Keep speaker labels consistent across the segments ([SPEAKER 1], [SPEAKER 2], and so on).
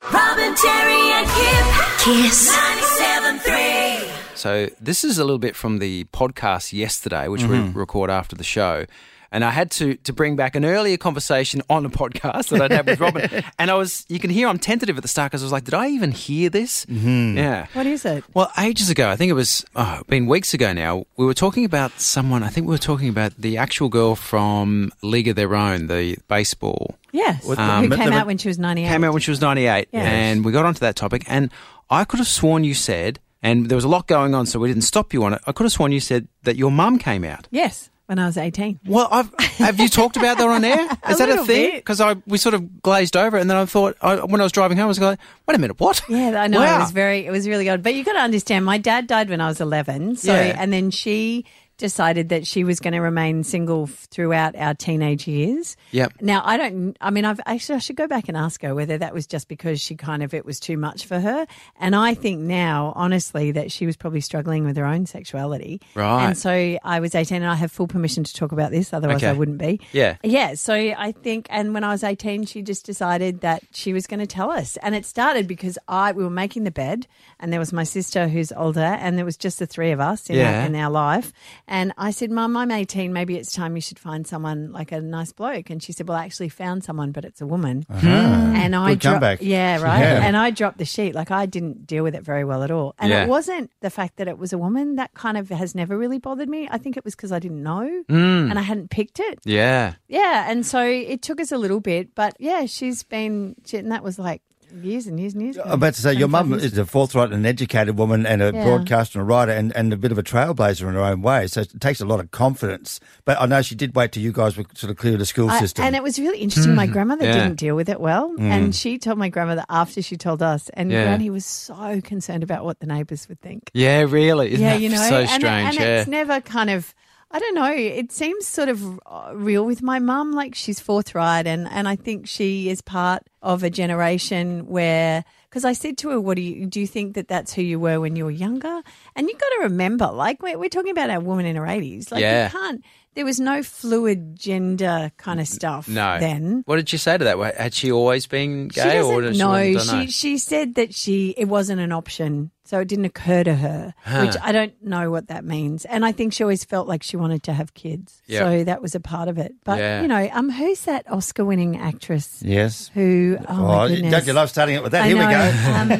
[SPEAKER 1] Bob and Jerry and Kip.
[SPEAKER 2] Kiss.
[SPEAKER 1] 97.3.
[SPEAKER 3] So this is a little bit from the podcast yesterday, which we record after the show. And I had to to bring back an earlier conversation on a podcast that I'd had with Robin. and I was, you can hear I'm tentative at the start because I was like, did I even hear this? Yeah.
[SPEAKER 4] What is it?
[SPEAKER 3] Well, ages ago, I think it was, oh, it's been weeks ago now, we were talking about someone, I think we were talking about the actual girl from League of Their Own, the baseball.
[SPEAKER 4] Yes.
[SPEAKER 3] Um,
[SPEAKER 4] Who
[SPEAKER 3] but
[SPEAKER 4] came
[SPEAKER 3] the-
[SPEAKER 4] out when she was 98.
[SPEAKER 3] Came out when she was 98.
[SPEAKER 4] Yes.
[SPEAKER 3] And we got onto that topic, and I could have sworn you said, and there was a lot going on, so we didn't stop you on it. I could have sworn you said that your mum came out.
[SPEAKER 4] yes, when I was 18.
[SPEAKER 3] Well, I've, have you talked about that on air? Is that a
[SPEAKER 4] little
[SPEAKER 3] thing?
[SPEAKER 4] bit.
[SPEAKER 3] Because I we sort of glazed over, it and then I thought I, when I was driving home, I was like, "Wait a minute, what?"
[SPEAKER 4] Yeah, I know.
[SPEAKER 3] Wow.
[SPEAKER 4] It was very, it was really odd. But you got to understand, my dad died when I was 11. So,
[SPEAKER 3] Yeah.
[SPEAKER 4] and then she decided that she was going to remain single f- throughout our teenage years.
[SPEAKER 3] Yep.
[SPEAKER 4] Now, I don't, I mean, I've actually, I should go back and ask her whether that was just because she kind of, it was too much for her. And I think now, honestly, that she was probably struggling with her own sexuality.
[SPEAKER 3] Right.
[SPEAKER 4] And so I was 18 and I have full permission to talk about this, otherwise
[SPEAKER 3] Okay.
[SPEAKER 4] I wouldn't be.
[SPEAKER 3] Yeah.
[SPEAKER 4] Yeah, so I think, and when I was 18, she just decided that she was going to tell us. And it started because I we were making the bed, and there was my sister who's older, and there was just the three of us in,
[SPEAKER 3] Yeah.
[SPEAKER 4] our, in our life. And I said, Mum, I'm 18. Maybe it's time you should find someone like a nice bloke. And she said, Well, I actually found someone, but it's a woman. And I
[SPEAKER 5] Uh-huh. Good
[SPEAKER 4] dro-
[SPEAKER 5] comeback.
[SPEAKER 4] Yeah, right.
[SPEAKER 5] Yeah.
[SPEAKER 4] And I dropped the sheet. Like I didn't deal with it very well at all. And
[SPEAKER 3] Yeah.
[SPEAKER 4] it wasn't the fact that it was a woman that kind of has never really bothered me. I think it was because I didn't know
[SPEAKER 3] Mm.
[SPEAKER 4] and I hadn't picked it.
[SPEAKER 3] Yeah.
[SPEAKER 4] Yeah, and so it took us a little bit, but yeah, she's been, she, and that was like years and years and years.
[SPEAKER 5] I'm about to say, your
[SPEAKER 4] 25
[SPEAKER 5] mum
[SPEAKER 4] years.
[SPEAKER 5] is a forthright and educated woman and a
[SPEAKER 4] Yeah.
[SPEAKER 5] broadcaster and a writer and, and a bit of a trailblazer in her own way. So it takes a lot of confidence. But I know she did wait till you guys were sort of clear of the school
[SPEAKER 4] I-
[SPEAKER 5] system.
[SPEAKER 4] and it was really interesting. My
[SPEAKER 3] Hmm.
[SPEAKER 4] grandmother
[SPEAKER 3] Yeah. Hmm.
[SPEAKER 4] didn't deal with it well, and she told my grandmother after she told us, and
[SPEAKER 3] Yeah.
[SPEAKER 4] Granny was so concerned about what the neighbours would think.
[SPEAKER 3] Yeah, really. Isn't
[SPEAKER 4] yeah,
[SPEAKER 3] that
[SPEAKER 4] you know,
[SPEAKER 3] so
[SPEAKER 4] and,
[SPEAKER 3] strange?
[SPEAKER 4] and
[SPEAKER 3] yeah.
[SPEAKER 4] it's never kind of. I don't know. It seems sort of uh, real with my mum. Like she's forthright, and and I think she is part of a generation where. Because I said to her, "What do you do? You think that that's who you were when you were younger?" And you got to remember, like we're, we're talking about a woman in her eighties. Like
[SPEAKER 3] Yeah.
[SPEAKER 4] you can't. There was no fluid gender kind of stuff.
[SPEAKER 3] no.
[SPEAKER 4] Then
[SPEAKER 3] What did she say to that? Had she always been
[SPEAKER 4] she
[SPEAKER 3] gay, or
[SPEAKER 4] doesn't
[SPEAKER 3] did she
[SPEAKER 4] know.
[SPEAKER 3] don't
[SPEAKER 4] She she said that she it wasn't an option, so it didn't occur to her, which I don't know what that means. And I think she always felt like she wanted to have kids,
[SPEAKER 3] Yeah.
[SPEAKER 4] so that was a part of it. But
[SPEAKER 3] Yeah.
[SPEAKER 4] you know, um, who's that Oscar-winning actress
[SPEAKER 5] yes.
[SPEAKER 4] who? Oh, my
[SPEAKER 5] Oh,
[SPEAKER 4] goodness.
[SPEAKER 5] don't you love starting it with that?
[SPEAKER 4] I
[SPEAKER 5] Here we
[SPEAKER 4] know.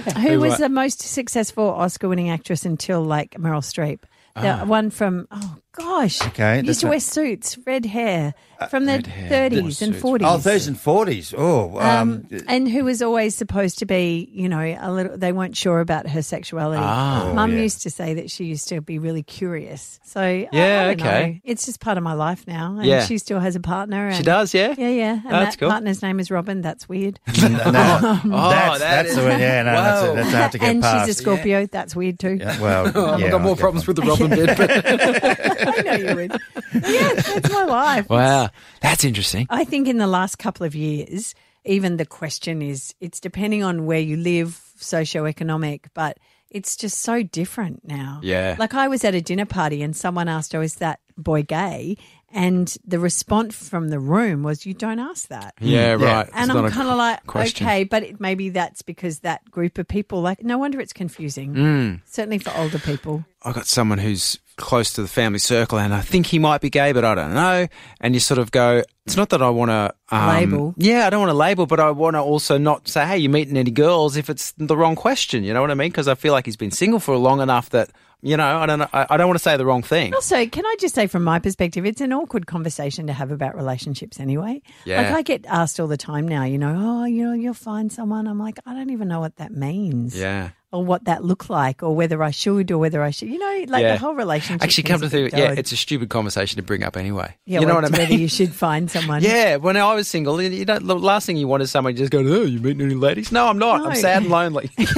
[SPEAKER 5] go.
[SPEAKER 4] Um, who was the most successful Oscar-winning actress until like Meryl Streep? The one from oh gosh,
[SPEAKER 5] Ah. Okay,
[SPEAKER 4] used
[SPEAKER 5] that's
[SPEAKER 4] to
[SPEAKER 5] a-
[SPEAKER 4] wear suits, red hair from the 30s and 40s.
[SPEAKER 5] Oh, 30s and 40s. Oh, um,
[SPEAKER 4] Um, and who was always supposed to be, you know, a little. They weren't sure about her sexuality.
[SPEAKER 3] Ah, oh,
[SPEAKER 4] Mum used to say that she used to be really curious. So I-
[SPEAKER 3] Yeah,
[SPEAKER 4] I don't
[SPEAKER 3] okay.
[SPEAKER 4] know. It's just part of my life now, and
[SPEAKER 3] Yeah.
[SPEAKER 4] she still has a partner. And,
[SPEAKER 3] She does, yeah?
[SPEAKER 4] yeah, yeah. And
[SPEAKER 3] That's
[SPEAKER 4] that
[SPEAKER 3] cool.
[SPEAKER 4] partner's name is Robin. That's weird.
[SPEAKER 3] Oh,
[SPEAKER 5] that's,
[SPEAKER 3] that
[SPEAKER 5] that's
[SPEAKER 3] is-
[SPEAKER 5] the one. Yeah, no, that's,
[SPEAKER 3] Whoa.
[SPEAKER 5] a, that's hard to get
[SPEAKER 4] and
[SPEAKER 5] past.
[SPEAKER 4] she's a Scorpio. That's weird too.
[SPEAKER 5] Yeah, well, yeah,
[SPEAKER 3] Oh, I've got more
[SPEAKER 5] get
[SPEAKER 3] problems with
[SPEAKER 5] that.
[SPEAKER 3] the Robin bit. But
[SPEAKER 4] I know you would. yeah, that's my life.
[SPEAKER 3] wow, that's interesting.
[SPEAKER 4] I think in the last couple of years, even the question is it's depending on where you live, socioeconomic, but it's just so different now.
[SPEAKER 3] Yeah.
[SPEAKER 4] Like I was at a dinner party and someone asked, Oh, is that boy gay? And the response from the room was, You don't ask that.
[SPEAKER 3] Yeah,
[SPEAKER 5] Yeah.
[SPEAKER 3] right.
[SPEAKER 4] And
[SPEAKER 3] Hmm. It's not
[SPEAKER 4] I'm
[SPEAKER 3] a
[SPEAKER 4] kind of like,
[SPEAKER 3] question.
[SPEAKER 4] okay, but it, maybe that's because that group of people, like, no wonder it's confusing.
[SPEAKER 3] Hmm.
[SPEAKER 4] Certainly for older people.
[SPEAKER 3] I got someone who's close to the family circle, and I think he might be gay, but I don't know. And you sort of go, it's not that I want to um,
[SPEAKER 4] Label.
[SPEAKER 3] Yeah, I don't want to label, but I want to also not say, hey, you're meeting any girls if it's the wrong question. You know what I mean? Because I feel like he's been single for long enough that you know I don't know, I, I don't want to say the wrong thing.
[SPEAKER 4] Also, can I just say from my perspective, it's an awkward conversation to have about relationships anyway.
[SPEAKER 3] Yeah.
[SPEAKER 4] Like I get asked all the time now, you know, oh, you know, you'll find someone. I'm like, I don't even know what that means.
[SPEAKER 3] Yeah.
[SPEAKER 4] Or what that looked like or whether I should or whether I should you know, like
[SPEAKER 3] Yeah.
[SPEAKER 4] the whole relationship.
[SPEAKER 3] Actually, come to
[SPEAKER 4] thing's a
[SPEAKER 3] think,
[SPEAKER 4] bit
[SPEAKER 3] of it, yeah,
[SPEAKER 4] dodgy.
[SPEAKER 3] it's a stupid conversation to bring up anyway.
[SPEAKER 4] yeah,
[SPEAKER 3] you know
[SPEAKER 4] well,
[SPEAKER 3] what I mean?
[SPEAKER 4] whether you should find someone.
[SPEAKER 3] Yeah, when I was single, you you don't, the last thing you want is someone just going, "Oh, you meeting any ladies?" No, I'm not. I'm
[SPEAKER 4] No.
[SPEAKER 3] sad and lonely. leave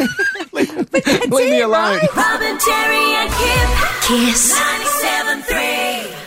[SPEAKER 3] leave me
[SPEAKER 4] it,
[SPEAKER 3] alone.
[SPEAKER 4] right?
[SPEAKER 1] Bob and Jerry and Kip.
[SPEAKER 2] Kiss.
[SPEAKER 1] 97.3.